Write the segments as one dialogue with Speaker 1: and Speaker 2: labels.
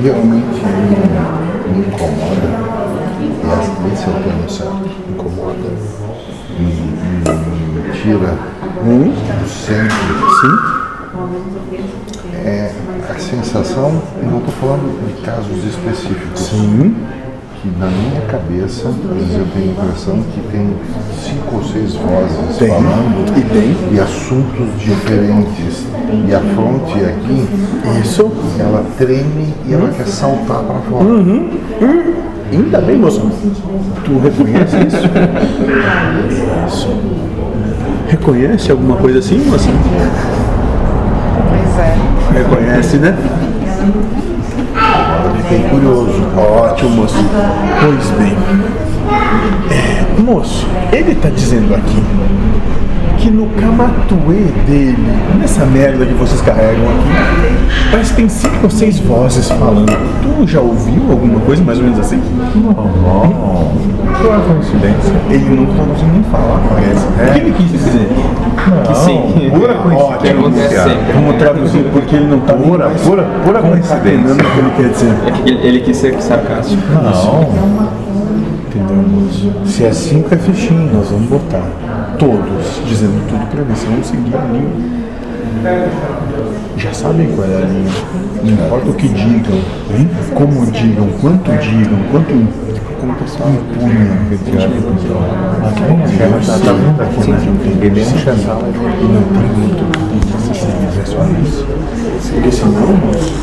Speaker 1: realmente me, me incomoda, e acho que esse é o termo certo, incomoda, me, me, me tira do centro,
Speaker 2: Sim,
Speaker 1: é a sensação, e não estou falando de casos específicos,
Speaker 2: sim.
Speaker 1: que na minha cabeça, às vezes eu tenho a impressão que tem cinco ou seis vozes
Speaker 2: Tem.
Speaker 1: falando
Speaker 2: E tem.
Speaker 1: e assuntos diferentes. E a fronte aqui,
Speaker 2: Isso.
Speaker 1: ela treme e ela quer saltar para fora.
Speaker 2: Uhum. Ainda bem, moço. Tu reconhece isso? Isso. Reconhece alguma coisa assim, moço?
Speaker 3: Pois é.
Speaker 2: Reconhece, né?
Speaker 1: Fiquei curioso.
Speaker 2: Ótimo, moço. Pois bem. É, moço, ele está dizendo aqui que no camatuê dele, nessa merda que vocês carregam aqui, parece que tem cinco ou seis vozes falando. Tu já ouviu alguma coisa mais ou menos assim?
Speaker 4: Não é coincidência.
Speaker 2: Ele não está conseguindo nem falar, parece. O que ele quis dizer?
Speaker 4: Que
Speaker 5: sim.
Speaker 4: Pura
Speaker 5: Que acontece
Speaker 4: coincidência.
Speaker 5: sempre.
Speaker 2: Vamos traduzir, porque ele não tá está
Speaker 4: Pura, pura, pura
Speaker 2: o
Speaker 4: coincidência.
Speaker 2: que ele quer dizer.
Speaker 5: É que ele, ele quis ser sarcástico.
Speaker 4: Não. Entendeu? Se é cinco é fichinho, nós vamos botar.
Speaker 2: Todos dizendo tudo pra mim, se não seguir a linha. Já sabem qual é a linha. Não importa o que digam, hein? como digam, quanto digam, quanto impunham.
Speaker 4: Ela tá, tá vendo aqui, né? Ele é um canal e não tem muito que se diversão a isso.
Speaker 2: Porque senão, moço,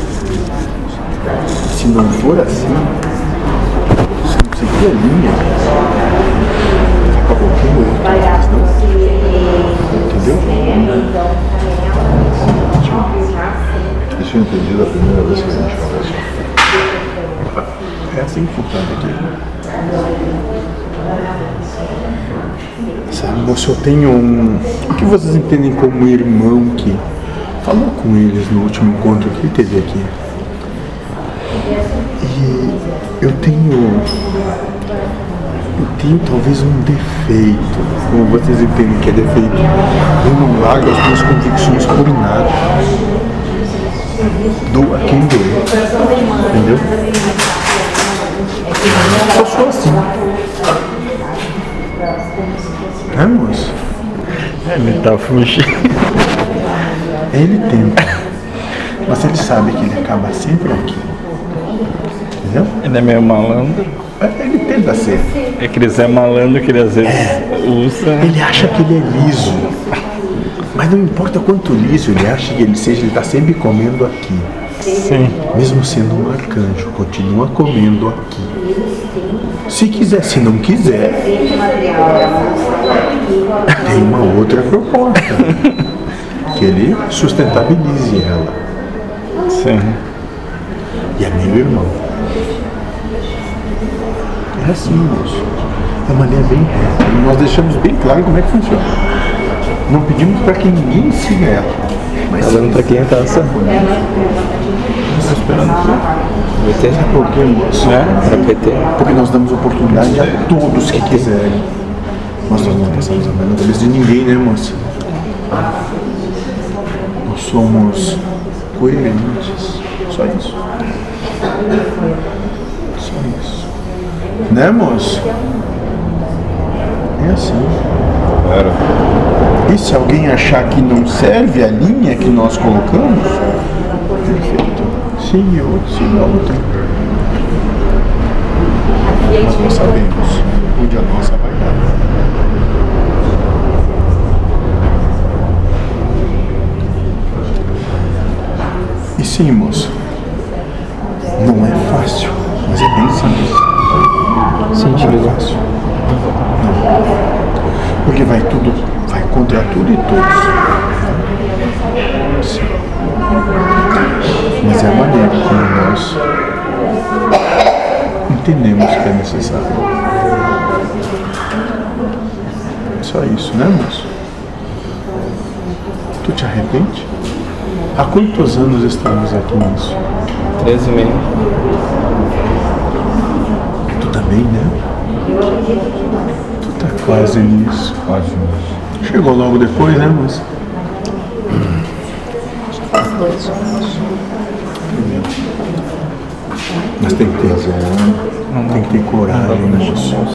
Speaker 2: se não for assim, se não seguir a linha, acabou tudo erro. né?
Speaker 1: Isso eu entendi da primeira vez que a gente conversou.
Speaker 2: É assim que funciona aqui. Sabe, moço, eu tenho um. O que vocês entendem como irmão que falou com eles no último encontro que ele teve aqui? E eu tenho. Eu tenho talvez um defeito. Como vocês entendem que é defeito? Eu não largo as minhas convicções por nada. Dou a quem doer. Entendeu? Eu sou assim. É, moço?
Speaker 4: Ele tá fugindo.
Speaker 2: Ele tenta. Mas ele sabe que ele acaba sempre aqui. Entendeu?
Speaker 4: Ele é meio malandro.
Speaker 2: Ele tenta ser.
Speaker 4: É que eles é malandro que ele às vezes
Speaker 5: É.
Speaker 4: usa.
Speaker 2: Ele acha que ele é liso. Mas não importa quanto liso ele acha que ele seja, ele está sempre comendo aqui.
Speaker 4: Sim.
Speaker 2: Mesmo sendo um arcanjo, continua comendo aqui. Se quiser, se não quiser, tem uma outra proposta. que ele sustentabilize ela.
Speaker 4: Sim.
Speaker 2: E é meu irmão. É assim, moço. É uma linha bem reta. E Nós deixamos bem claro como é que funciona. Não pedimos para que ninguém siga ela. Mas tá
Speaker 4: Falando pra quem tá essa.
Speaker 2: certeza por quê, moço?
Speaker 4: Né? Pra PT.
Speaker 2: Porque nós damos oportunidade a todos que quiserem. Mas nós não passamos a mão na cabeça de ninguém, né, moço? Nós somos coerentes. Só isso. Só isso. Né, moço? É assim. E se alguém achar que não serve a linha que nós colocamos, perfeito. Sim, eu, sim, a outra. Nós não sabemos onde a nossa vai dar. E sim, moço, não é fácil, mas é bem simples.
Speaker 4: Sim, te ligou.
Speaker 2: Fácil. Não. Porque vai tudo, vai contra tudo e todos. Sim. Mas é a maneira como nós entendemos que é necessário. Só isso, né, moço? Tu te arrepende? Há quantos anos estamos aqui nisso?
Speaker 5: 13 e meio.
Speaker 2: Tu também, né? Tu tá quase nisso. Quase Chegou logo depois, né, moça? né? Mas tem que ter, tem que ter coragem, moço.